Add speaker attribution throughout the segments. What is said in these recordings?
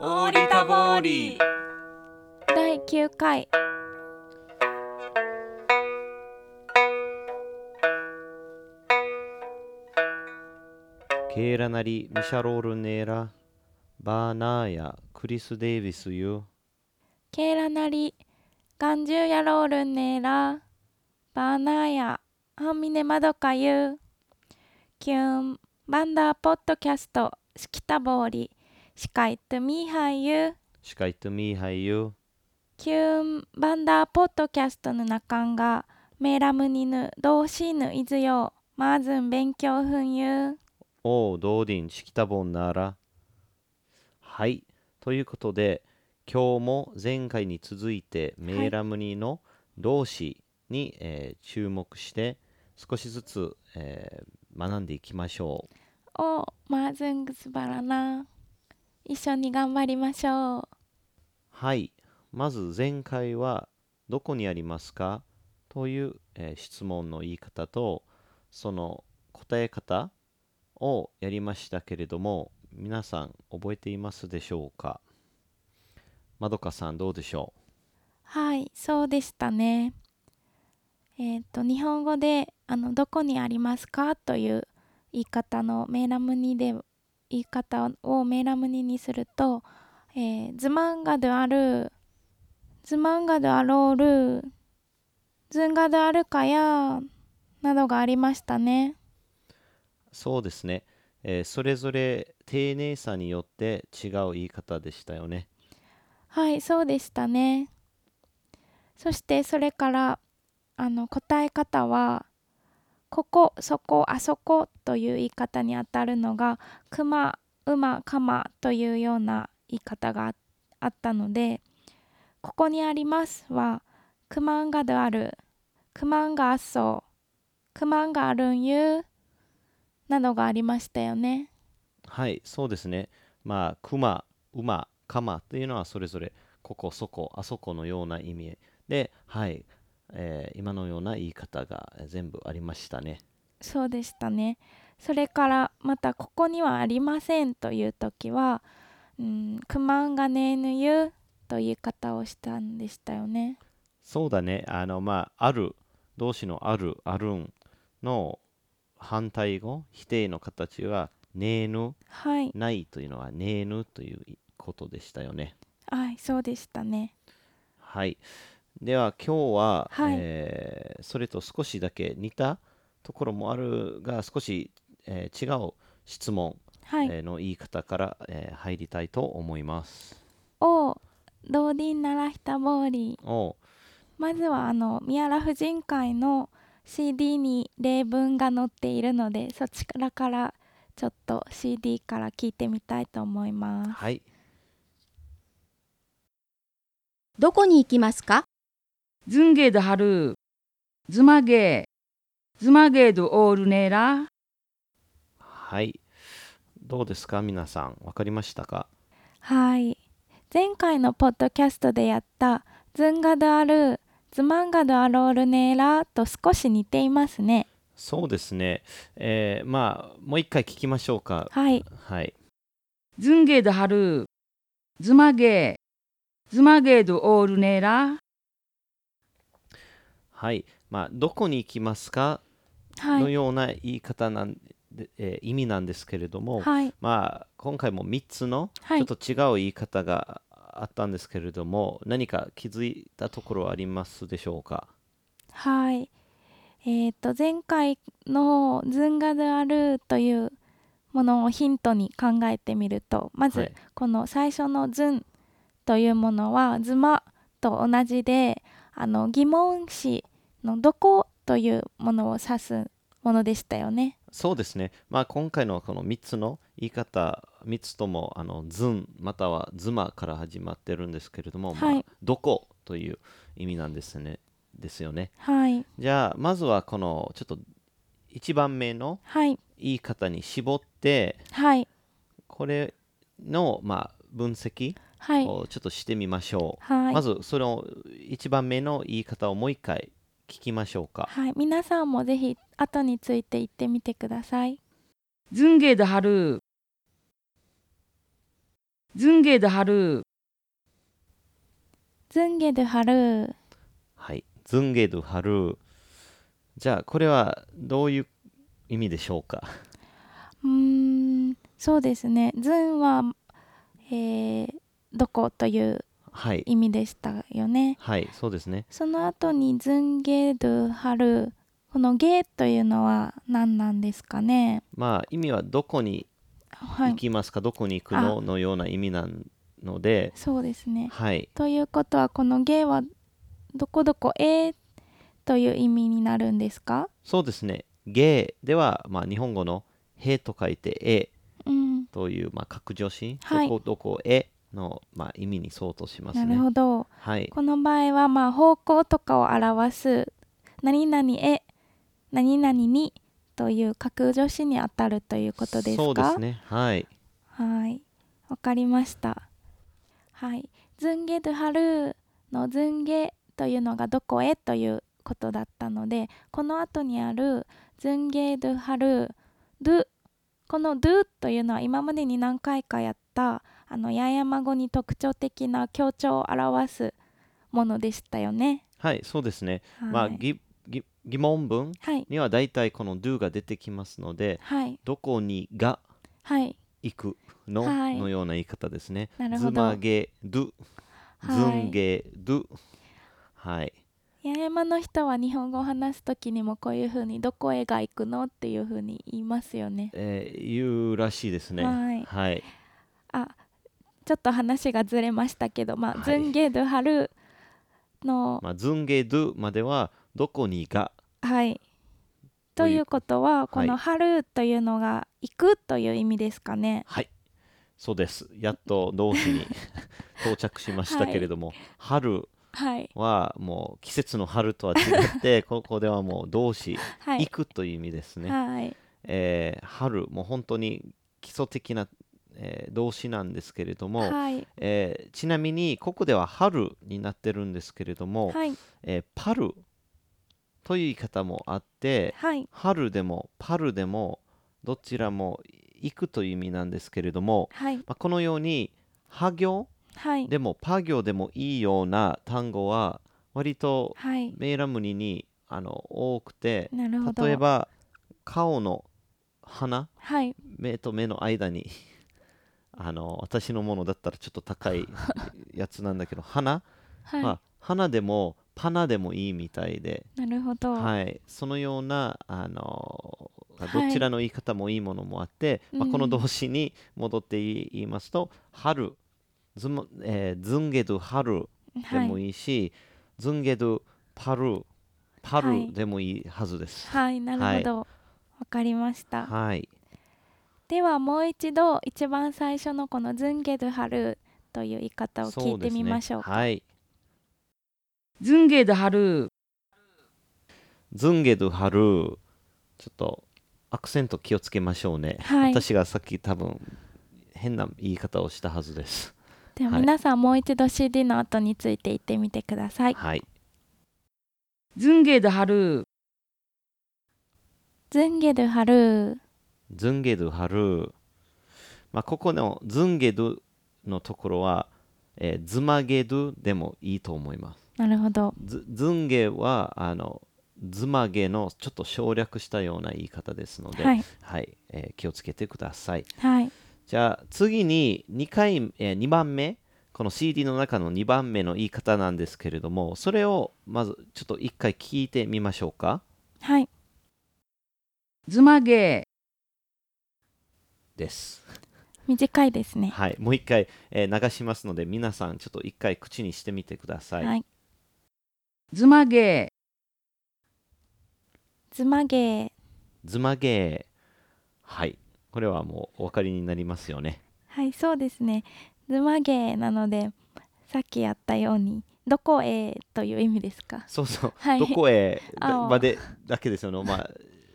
Speaker 1: オーリタボーリ
Speaker 2: 第9回
Speaker 3: ケーラなりミシャロールネーラバーナーやクリス・デイビスユ
Speaker 2: ケーラなりガンジューヤロールンネーラバーナーヤハンミネマドカユーキューンバンダーポッドキャストシキタボーリシカイトゥミーハイユー
Speaker 3: シカイトミーハイユ
Speaker 2: キューンバンダーポッドキャストの中んがメーラムニヌドーシーヌイズヨーマーズン勉強ふんゆう
Speaker 3: オードーディンシキタボンナーラはいということで今日も前回に続いてメーラムニの動詞に、えー注目して少しずつ、えー学んでいきましょう
Speaker 2: おマーズングズバラナ一緒に頑張りましょう
Speaker 3: はいまず前回はどこにありますかという、えー質問の言い方とその答え方をやりましたけれども皆さん覚えていますでしょうかまどかさんどうでしょ
Speaker 2: はい、そうでしたね。えっ、と日本語であのどこにありますかという言い方のメーラムニで言い方をメーラムニにすると、えーズマンガドゥアルーズマンガドゥアロールーズンガドゥアルカヤーなどがありましたね。
Speaker 3: うそうですね、えーそれぞれ丁寧さによって違う言い方でしたよね
Speaker 2: はい、そうでしたね。そしてそれからあの答え方はここ、そこ、あそこという言い方にあたるのが熊、馬、鎌というような言い方がああったのでここにありますは熊がである熊があっそう熊があるんゆうなどがありましたよね。
Speaker 3: はい、そうですね。まあ、熊、馬、鎌というのはそれぞれここ、そこ、あそこのような意味で、はい、えー今のような言い方がえー全部ありましたね。
Speaker 2: そうでしたね。それからまたここにはありませんという時は、うん、クマンがねえぬゆという言い方をしたんでしたよね。
Speaker 3: そうだね。あの、まあ、ある、動詞のある、あるんの反対語、否定の形は、ねえぬ、
Speaker 2: はい、
Speaker 3: ないというのは、ねえぬということでしたよね。
Speaker 2: はい、そうでしたね。
Speaker 3: はい。では今日は、
Speaker 2: はい
Speaker 3: えーそれと少しだけ似たところもあるが少し、えー違う質問、
Speaker 2: はい、
Speaker 3: えーの言い方から、えー入りたいと思います。
Speaker 2: おドーディンナラヒタボーリー。
Speaker 3: お
Speaker 2: まずはあの宮良婦人会の CD に例文が載っているので、そちらからちょっと CD から聞いてみたいと思います。
Speaker 3: はい。
Speaker 4: どこに行きますか
Speaker 5: ズンゲードハルー、ズマゲー、ズマゲードオールネーラ、
Speaker 3: はい。どうですか皆さん分かりましたか
Speaker 2: はい前回のポッドキャストでやった「ズンガドアルーズマンガドアロールネーラ」と少し似ていますね
Speaker 3: そうですね。えーまあもう一回聞きましょうか。
Speaker 2: はい
Speaker 3: はい。
Speaker 5: ズンゲードハルー、ズマゲー、ズマゲードオールネーラ、
Speaker 3: はい。まあどこに行きますか
Speaker 2: は
Speaker 3: の
Speaker 2: い
Speaker 3: ような言い方なんで、えー意味なんですけれども、
Speaker 2: はい
Speaker 3: まあ今回も3つの
Speaker 2: は
Speaker 3: ちょ
Speaker 2: い
Speaker 3: っと違う言い方があったんですけれども、何か気づいたところはありますでしょうか
Speaker 2: はいえっ、と前回の「ズンガドアルー」というものをヒントに考えてみるとま
Speaker 3: は
Speaker 2: ず
Speaker 3: い
Speaker 2: この最初の「ズン」というものは「ズマ」と同じであの疑問詞の「どこ」というものを指すものでしたよね。
Speaker 3: そうですね、まあ、今回のこの3つの言い方3つともあのズンまたはズマから始まってるんですけれども、
Speaker 2: は
Speaker 3: まあ
Speaker 2: い、
Speaker 3: どこという意味なんですねですよね
Speaker 2: はい
Speaker 3: じゃあまずはこのちょっと1番目の
Speaker 2: はい
Speaker 3: 言い方に絞って
Speaker 2: はい
Speaker 3: これのまあ分析
Speaker 2: はい
Speaker 3: をちょっとしてみましょう、
Speaker 2: はい、
Speaker 3: まずその一番目の言い方をもう一回聞きましょうか。
Speaker 2: はい、皆さんもぜひ後について言ってみてください。
Speaker 5: ズンゲードハルー、ずんげではる。
Speaker 2: ずんげるはる
Speaker 3: はい。ずんげどはる。じゃあ、これはどういう意味でしょうか
Speaker 2: うーんそうですねずんは、えーどこという
Speaker 3: はい。
Speaker 2: 意味でしたよね
Speaker 3: はい、そうですね。
Speaker 2: その後にずんげるはるこのげというのは何なんですかね
Speaker 3: まあ、意味はどこに
Speaker 2: は
Speaker 3: 行
Speaker 2: い
Speaker 3: きますか、どこに行くののような意味なので、
Speaker 2: そうですね
Speaker 3: はい。
Speaker 2: ということはこの芸はどこどこへという意味になるんですか
Speaker 3: そうですね。ゲーでは、まあ、日本語のへと書いてえ
Speaker 2: うん、
Speaker 3: という、まあ、格助詞、
Speaker 2: はい
Speaker 3: どこどこへの、まあ、意味に相当します
Speaker 2: な
Speaker 3: ね。
Speaker 2: るほど
Speaker 3: はい。
Speaker 2: この場合はまあ方向とかを表す何々へ何々にという格助詞にあたるということですか
Speaker 3: そうですね。はい。
Speaker 2: はいわかりましたはいズンゲドゥハルーのズンゲというのがどこへということだったのでこの後にあるズンゲドゥハルードゥこのドゥというのは今までに何回かやったあの八重山語に特徴的な強調を表すものでしたよね。
Speaker 3: はい、そうですね。
Speaker 2: はい、
Speaker 3: まあ、ぎぎ疑問文
Speaker 2: はい
Speaker 3: には大体この do が出てきますので、
Speaker 2: はい
Speaker 3: どこにが
Speaker 2: はい
Speaker 3: 行くの、
Speaker 2: はい
Speaker 3: のような言い方ですね。
Speaker 2: なるほ
Speaker 3: ず
Speaker 2: ど
Speaker 3: まげ do、
Speaker 2: はい
Speaker 3: ずんげ do。はい。
Speaker 2: 八重山の人は日本語を話す時にもこういうふうに「どこへが行くの?」っていうふうに言いますよね。
Speaker 3: えー、言うらしいですね。
Speaker 2: はい
Speaker 3: はい。
Speaker 2: あちょっと話がずれましたけど、まあ
Speaker 3: はい
Speaker 2: ズンゲドゥハルの、
Speaker 3: まあ、ずんげ do までは、どこにが、
Speaker 2: はい。
Speaker 3: と
Speaker 2: と
Speaker 3: いう
Speaker 2: いうことはこ
Speaker 3: は
Speaker 2: の「
Speaker 3: い
Speaker 2: ハルというのが「行く」という意味ですかね。
Speaker 3: はい。そうです。やっと同士 に到着しましたけれども、春
Speaker 2: はい、
Speaker 3: はもう季節の春とは違 って、ここではもう動詞、
Speaker 2: はい、
Speaker 3: 行くという意味ですね。
Speaker 2: はい、
Speaker 3: えー春もう本当に基礎的な、えー動詞なんですけれども、
Speaker 2: はい、
Speaker 3: えーちなみにここでは春になってるんですけれども、
Speaker 2: はい、
Speaker 3: えーパルという言い方もあって
Speaker 2: はい、
Speaker 3: 春でもパルでもどちらも行くという意味なんですけれども、
Speaker 2: はい、
Speaker 3: まあ、このようには行
Speaker 2: はい、
Speaker 3: でもパ行でもいいような単語は割と
Speaker 2: はい、
Speaker 3: メイラムニにあの多くて
Speaker 2: なるほど。
Speaker 3: 例えば顔の鼻
Speaker 2: はい、
Speaker 3: 目と目の間にあの私のものだったらちょっと 高いやつなんだけど花、
Speaker 2: はい、
Speaker 3: まあ、花でもパナでもいいみたいで、
Speaker 2: なるほど。
Speaker 3: はい、そのようなあの
Speaker 2: はい
Speaker 3: どちらの言い方もいいものもあって、まあ、
Speaker 2: うん
Speaker 3: この動詞に戻ってい言いますと「春」ズムえーズンゲドゥ春」で
Speaker 2: は
Speaker 3: もいいし「ズンゲドゥパル」パ
Speaker 2: は
Speaker 3: ル
Speaker 2: い
Speaker 3: でもいいはずです。
Speaker 2: はい、なるほど。わ、かりました。
Speaker 3: はい
Speaker 2: ではもう一度一番最初のこの「ズンゲドゥハル」という言い方を聞いてみましょうか
Speaker 3: そですねはい。
Speaker 5: ずんげではる。
Speaker 3: ズンゲドゥハルーちょっとアクセント気をつけましょうね、
Speaker 2: はい
Speaker 3: 私がさっき多分変な言い方をしたはずです
Speaker 2: では
Speaker 3: はい
Speaker 2: 皆さんもう一度 CD の後について言ってみてください
Speaker 3: はい
Speaker 5: ずんげではる。
Speaker 2: 「ズンゲドゥハル
Speaker 3: ズンゲドゥハルーまあここのズンゲドゥのところは、えーズマゲドゥでもいいと思います」
Speaker 2: なるほど
Speaker 3: ズズンゲはあのズマゲのちょっと省略したような言い方ですので、
Speaker 2: はい
Speaker 3: はいえー気をつけてください
Speaker 2: はい
Speaker 3: じゃあ次に2回、え2番目この CD の中の2番目の言い方なんですけれどもそれをまずちょっと1回聞いてみましょうか
Speaker 2: はい
Speaker 5: ずまげ。
Speaker 3: です
Speaker 2: 短いですね
Speaker 3: はいもう1回、えー流しますので皆さんちょっと1回口にしてみてください、
Speaker 2: はい
Speaker 5: ずまげ。
Speaker 2: 「ズマゲー
Speaker 3: ズマゲーはいこれはもうお分かりになりますよね」
Speaker 2: はいそうですね「ズマゲー」なのでさっきやったように「どこへ」という意味ですか
Speaker 3: そうそう、
Speaker 2: はい
Speaker 3: どこへだ
Speaker 2: 青
Speaker 3: までだけですよねまあ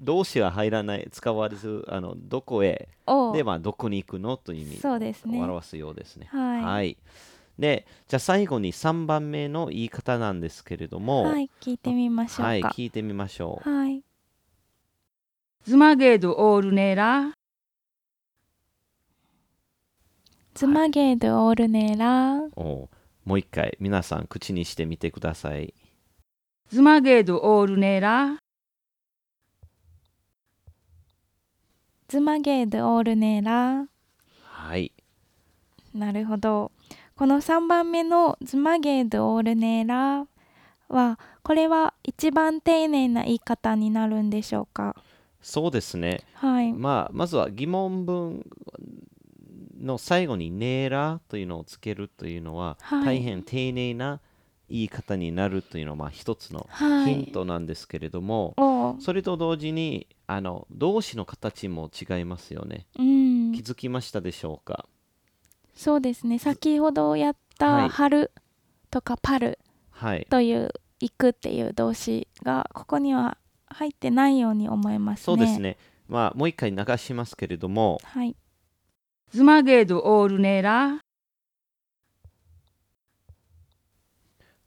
Speaker 3: 動詞は入らない使われずあのどこへ
Speaker 2: を
Speaker 3: でまあどこに行くのという意味
Speaker 2: そうですね
Speaker 3: を表すようですね。
Speaker 2: はい
Speaker 3: でじゃあ最後に3番目の言い方なんですけれども、
Speaker 2: はい聞いてみましょ
Speaker 3: は
Speaker 2: う
Speaker 3: い
Speaker 2: か
Speaker 3: 聞いてみましょう。
Speaker 2: はい
Speaker 5: ずまげどおるねら。
Speaker 2: つまげでおるねら、
Speaker 3: おもう一回皆さん口にしてみてください。
Speaker 5: ズマゲードオールネラ
Speaker 2: つまげでおるねら。
Speaker 3: はい。
Speaker 2: なるほど。この3番目の「ズマゲードオールネーラ」はこれは一番丁寧な言い方になるんでしょうか
Speaker 3: そうですね。
Speaker 2: はい、
Speaker 3: まあ、まずは疑問文の最後に「ネーラ」というのをつけるというのは、
Speaker 2: はい
Speaker 3: 大変丁寧な言い方になるというのはまあ一つの
Speaker 2: は
Speaker 3: ヒ
Speaker 2: い、
Speaker 3: ントなんですけれども、
Speaker 2: おう
Speaker 3: それと同時にあの動詞の形も違いますよね。
Speaker 2: うん
Speaker 3: 気づきましたでしょうか、
Speaker 2: そうですね先ほどやっ
Speaker 3: は
Speaker 2: た
Speaker 3: い
Speaker 2: 「春」とか「パル
Speaker 3: はい」。
Speaker 2: という「行く」っていう動詞がここには入ってないように思いますね。
Speaker 3: そうですね。まあ、もう一回流しますけれども、
Speaker 2: はい、
Speaker 5: ズマゲードオールネラ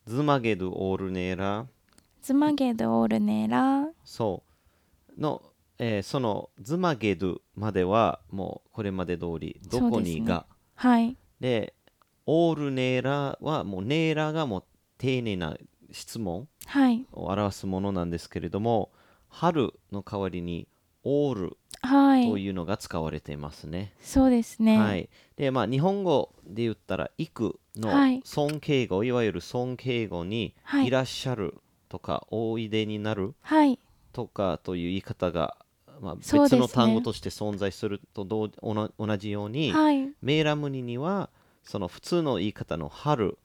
Speaker 3: ズマゲドオールネーラ、
Speaker 2: ズマゲードオールネーラ
Speaker 3: そう、の、えーそのズマゲドまでは、もうこれまで通り、どこにが、
Speaker 2: はい
Speaker 3: で、オールネーラは、もうネーラがもう丁寧な質問
Speaker 2: はい
Speaker 3: を表すものなんですけれども、春の代わりに、オール
Speaker 2: は
Speaker 3: と
Speaker 2: い
Speaker 3: いうのが使われていますね。
Speaker 2: そうですね。
Speaker 3: はい、でまあ日本語で言ったら「行く」の
Speaker 2: はい
Speaker 3: 尊敬語、い、わゆる尊敬語に
Speaker 2: は
Speaker 3: 「
Speaker 2: い
Speaker 3: いらっしゃる」とか「おいでになる
Speaker 2: はい」
Speaker 3: とかという言い方が、まあ、
Speaker 2: そうです
Speaker 3: 別
Speaker 2: ね
Speaker 3: の単語として存在すると同おな同じように、
Speaker 2: はい、
Speaker 3: メーラムニにはその普通の言い方の「春」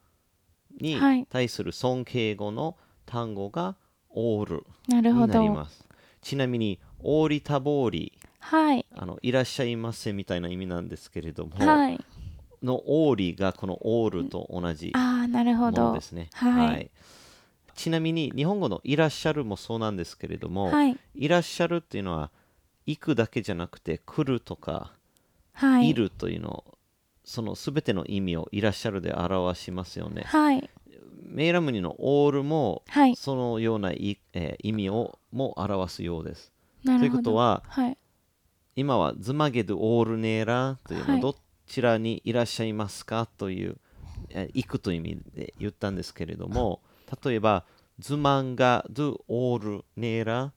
Speaker 3: に
Speaker 2: はい
Speaker 3: 対する尊敬語の単語が「オール
Speaker 2: な」るほ
Speaker 3: になり
Speaker 2: ど。
Speaker 3: ます。ちなみに「オーリタボーリ
Speaker 2: はい、」
Speaker 3: あの「いらっしゃいませ」みたいな意味なんですけれども。
Speaker 2: はい、
Speaker 3: のオーリーがこのオールと同じ
Speaker 2: ああ、なるほ
Speaker 3: もの
Speaker 2: ど
Speaker 3: で。すね。
Speaker 2: はい
Speaker 3: ちなみに日本語の「いらっしゃる」もそうなんですけれども「
Speaker 2: はい、
Speaker 3: い、らっしゃる」っていうのは行くだけじゃなくて来るとか、、
Speaker 2: はいい、
Speaker 3: るというのをその全ての意味を「いらっしゃる」で表しますよね。
Speaker 2: はい、
Speaker 3: メイラムニの「オール」も
Speaker 2: はい、
Speaker 3: そのようない、えー意味をも表すようです。
Speaker 2: な
Speaker 3: とい
Speaker 2: る
Speaker 3: う
Speaker 2: ほ
Speaker 3: こと
Speaker 2: ど。
Speaker 3: は
Speaker 2: はい、
Speaker 3: 今は「ズマゲドオールネーラ」というの
Speaker 2: は
Speaker 3: はいどちらにいらっしゃいますかという、え行くという意味で言ったんですけれども例えば「ズマンガドオールネーラ」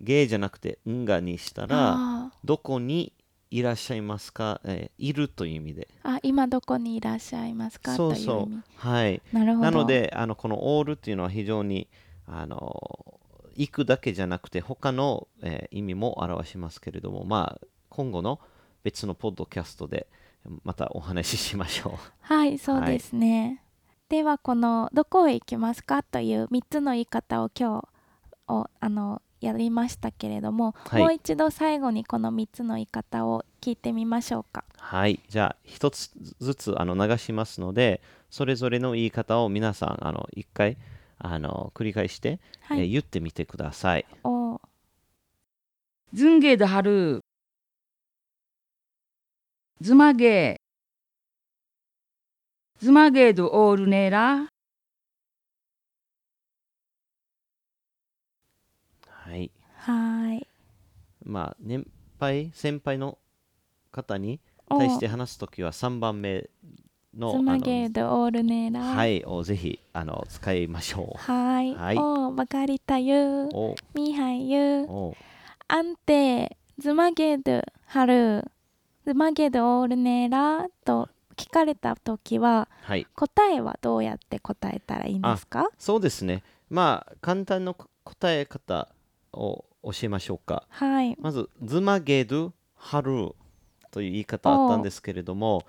Speaker 3: ゲーじゃなくて「んが」にしたら
Speaker 2: あ
Speaker 3: どこにいらっしゃいますか、えーいるという意味で
Speaker 2: ーあ、今どこにいらっしゃいますか
Speaker 3: そう
Speaker 2: という意
Speaker 3: そ
Speaker 2: 味
Speaker 3: う。はい
Speaker 2: なるほど。
Speaker 3: なの、であのこの「オール」っていうのは非常にあの行くだけじゃなくて他の、えー意味も表しますけれどもまあ今後の別のポッドキャストでまたお話ししま しょ
Speaker 2: はい、そうですね。ではこのどこへ行きますかという三つの言い方を今日をあのやりましたけれども、
Speaker 3: はい
Speaker 2: もう一度最後にこの三つの言い方を聞いてみましょうか。
Speaker 3: うはいじゃあ一つずつあの流しますのでそれぞれの言い方を皆さんあの一回あの繰り返して、
Speaker 2: はい、
Speaker 3: えー言ってみてください
Speaker 2: おー
Speaker 5: ズンゲードハルズマゲーズマゲードオールネラ
Speaker 3: はい
Speaker 2: はーい。
Speaker 3: まあ年配先輩の方に
Speaker 2: おー
Speaker 3: 対して話すときは3番目の
Speaker 2: つ
Speaker 3: あ
Speaker 2: ま
Speaker 3: の
Speaker 2: げるオールネラ。
Speaker 3: はい、をぜひあの使いましょ
Speaker 2: はーい。
Speaker 3: はい
Speaker 2: おー、わかりたゆ
Speaker 3: う。。お
Speaker 2: みはゆ。
Speaker 3: お
Speaker 2: 安定、つまげる春。つまげるオールネラと聞かれたときは、
Speaker 3: はい、
Speaker 2: 答えはどうやって答えたらいいんですか
Speaker 3: そうですね。まあ簡単な答え方を教えましょうか。
Speaker 2: はい。
Speaker 3: まずズマゲドハルという言い方あったんですけれども、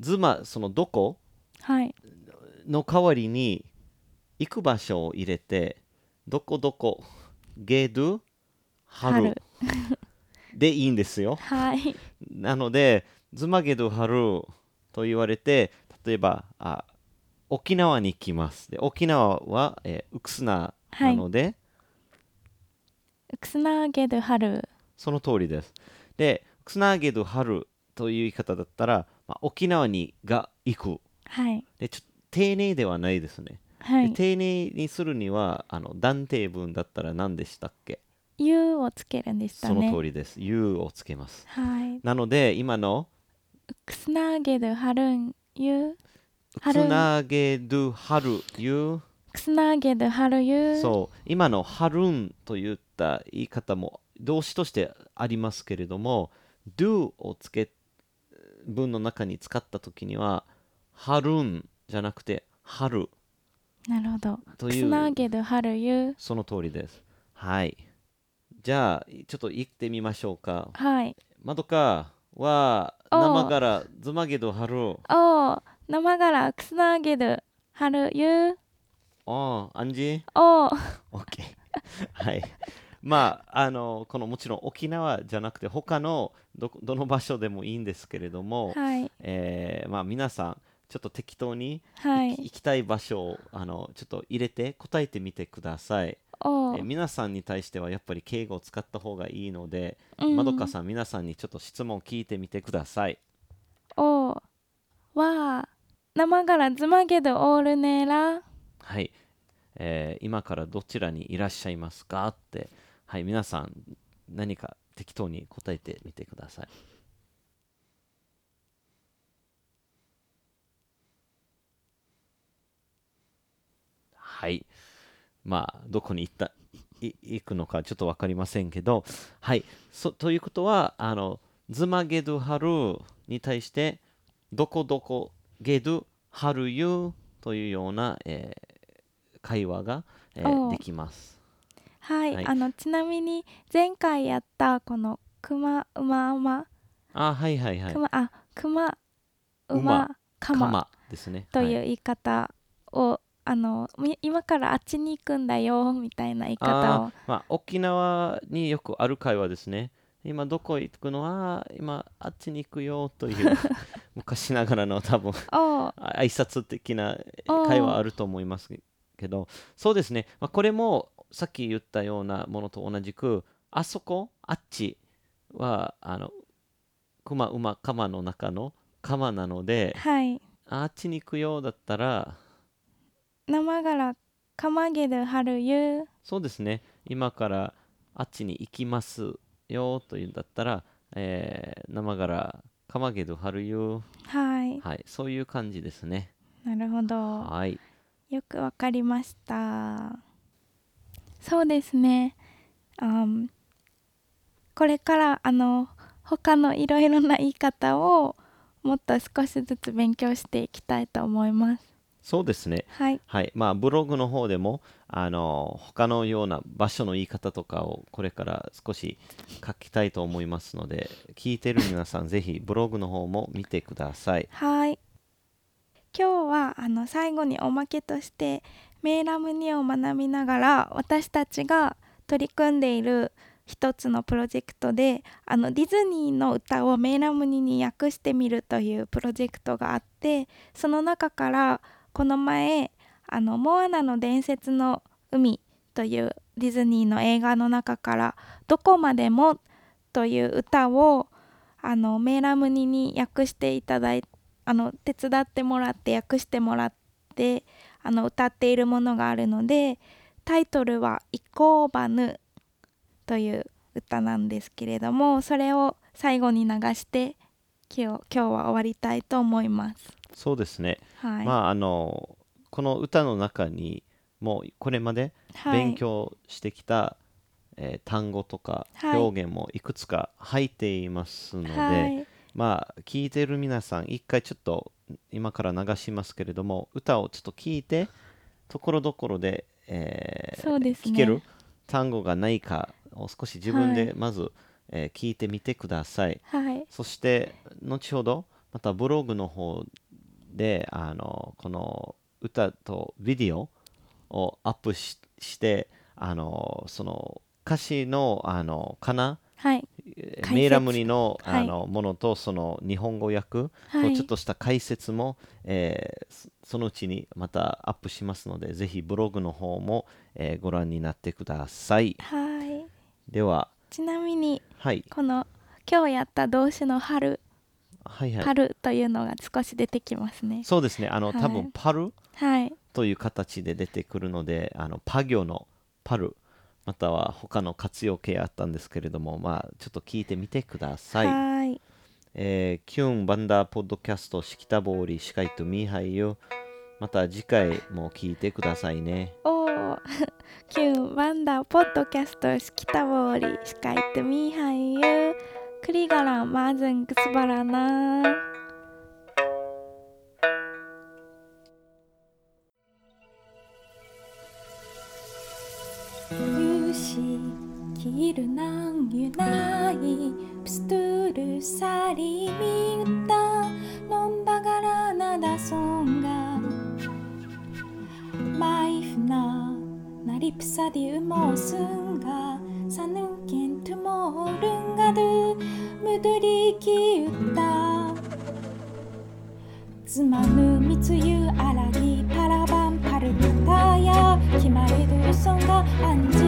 Speaker 3: ズマそのどこ
Speaker 2: はい。
Speaker 3: の代わりに行く場所を入れてどこどこゲドハル
Speaker 2: 春
Speaker 3: でいいんですよ。
Speaker 2: はい。
Speaker 3: なので、ズマゲドハルと言われて、例えば、あ沖縄に行きます。で沖縄は、えーウクスナーなので、
Speaker 2: くすなげる春。
Speaker 3: その通りです。で、ウクスナーゲドハルという言い方だったら、まあ、沖縄にが行く。
Speaker 2: はい。
Speaker 3: でちょっと丁寧ではないですね。
Speaker 2: は
Speaker 3: で
Speaker 2: い。
Speaker 3: 丁寧にするにはあの断定文だったら何でしたっけ
Speaker 2: ゆをつけるんでした
Speaker 3: そ
Speaker 2: ね。
Speaker 3: の通
Speaker 2: り。
Speaker 3: りです。U をつけます。
Speaker 2: はい。
Speaker 3: なので今の
Speaker 2: くすなげるはるんゆう
Speaker 3: つ
Speaker 2: 春
Speaker 3: なげる春いう
Speaker 2: くすなげるはるゆう
Speaker 3: そう今の「はるん」といった言い方も動詞としてありますけれども「do」をつけ文の中に使った時には「はるん」じゃなくて「はる
Speaker 2: なるほど」
Speaker 3: と
Speaker 2: く
Speaker 3: い
Speaker 2: すな
Speaker 3: う
Speaker 2: げるはるゆう
Speaker 3: その通りですはいじゃあちょっと行ってみましょうか
Speaker 2: はい
Speaker 3: まどかは
Speaker 2: おう
Speaker 3: 生からずまげどはる
Speaker 2: おう生からくすなげるはるゆう
Speaker 3: おあんじ
Speaker 2: おう
Speaker 3: OK はいまああのこのもちろん沖縄じゃなくて他のどこどの場所でもいいんですけれども、
Speaker 2: はい
Speaker 3: えーまあ、皆さんちょっと適当に
Speaker 2: は
Speaker 3: 行き,、
Speaker 2: い
Speaker 3: たい場所をあのちょっと入れて答えてみてください、
Speaker 2: おう
Speaker 3: えー皆さんに対してはやっぱり敬語を使った方がいいので、
Speaker 2: うん
Speaker 3: まどかさん皆さんにちょっと質問を聞いてみてください
Speaker 2: おうわあ生からずまげるオールネーラ
Speaker 3: はい、えー今からどちらにいらっしゃいますかってはい皆さん何か適当に答えてみてくださいはいまあどこに行ったい行くのかちょっと分かりませんけどはいそということはあのズマゲドハルに対してどこどこゲドハルユというような、えー会話が、えー
Speaker 2: おう
Speaker 3: できます。
Speaker 2: はい、
Speaker 3: はい
Speaker 2: あのちなみに前回やったこの熊馬馬
Speaker 3: あはいはいはい。
Speaker 2: 熊あ熊馬
Speaker 3: 馬
Speaker 2: かま
Speaker 3: ですね。
Speaker 2: という
Speaker 3: はい
Speaker 2: 言い方を、あのみ今からあっちに行くんだよみたいな言い方を
Speaker 3: あーまあ、沖縄によくある会話ですね。今どこ行くのあー今あっちに行くよという 昔ながらの多分
Speaker 2: おう
Speaker 3: あ挨拶的なえ
Speaker 2: おう
Speaker 3: 会話あると思いますけどそうですね、まあ、これもさっき言ったようなものと同じくあそこあっちはあの熊馬鎌の中の鎌なので
Speaker 2: はい
Speaker 3: あっちに行くようだったら
Speaker 2: 生からかまげる春ゆ
Speaker 3: そうですね今からあっちに行きますよというんだったら、えー、生から鎌毛どはるよ
Speaker 2: はい
Speaker 3: はいそういう感じですね
Speaker 2: なるほど
Speaker 3: はい
Speaker 2: よくわかりましたそうですね、um, これからあの他のいろいろな言い方をもっと少しずつ勉強していきたいと思います
Speaker 3: そうですね
Speaker 2: はい
Speaker 3: はい、まあブログの方でもあの他のような場所の言い方とかをこれから少し書きたいと思いますので聞いてる皆さんぜひブログの方も見てください
Speaker 2: はい今日はあの最後におまけとしてメーラムニを学びながら私たちが取り組んでいる一つのプロジェクトであのディズニーの歌をメーラムニに訳してみるというプロジェクトがあってその中からこの前「あのモアナの伝説の海」というディズニーの映画の中から「どこまでも」という歌をあのメーラムニに訳していただいあの手伝ってもらって訳してもらってあの歌っているものがあるのでタイトルは「イコーバヌ」という歌なんですけれどもそれを最後に流して今日今日は終わりたいと思います。
Speaker 3: そうですね、
Speaker 2: はい、
Speaker 3: まああのこの歌の中にもうこれまで
Speaker 2: はい
Speaker 3: 勉強してきた、えー単語とか
Speaker 2: はい
Speaker 3: 表現もいくつか入っていますので、
Speaker 2: はい、
Speaker 3: まあ聞いてる皆さん一回ちょっと今から流しますけれども歌をちょっと聞いてところどころで,、えー
Speaker 2: そうですね
Speaker 3: 聞ける単語がないかを少し自分
Speaker 2: は
Speaker 3: で
Speaker 2: い
Speaker 3: まず、えー聞いてみてください
Speaker 2: はい、
Speaker 3: そして後ほどまたブログの方であのこの歌とビデオをアップししてあのその歌詞のあのかな
Speaker 2: はい、
Speaker 3: え
Speaker 2: 解説
Speaker 3: メイラムニの,、
Speaker 2: はい
Speaker 3: あのものとその日本語訳
Speaker 2: は
Speaker 3: の
Speaker 2: い
Speaker 3: ちょっとした解説も、えーそそのうちにまたアップしますのでぜひブログの方も、えーご覧になってください
Speaker 2: はい。
Speaker 3: では、
Speaker 2: ちなみに
Speaker 3: はい、
Speaker 2: この今日やった動詞の春、
Speaker 3: はいはい
Speaker 2: 春というのが少し出てきますね。
Speaker 3: そうですねあの、
Speaker 2: はい
Speaker 3: 多分パル
Speaker 2: はい、
Speaker 3: という形で出てくるのであのパ行のパルまたは他の活用形あったんですけれどもまあちょっと聞いてみてください
Speaker 2: はい
Speaker 3: えーキュンバンダーポッドキャストしきたぼうりしかいとみーはいよ。また次回も聞いてくださいね。
Speaker 2: おーキュンワンダーポッドキャストしきたぼうりしかいってみーはいゆクリガランマーズングスバラナー。夕しきるなんゆないプストゥルサリミウタノンバガラナダソンガマイフナナリプサディウモスンガサヌンケントゥモールンガドゥムドゥリキウタつまむ密輸あらぎパラバンパルパタヤ決まれるソンが安住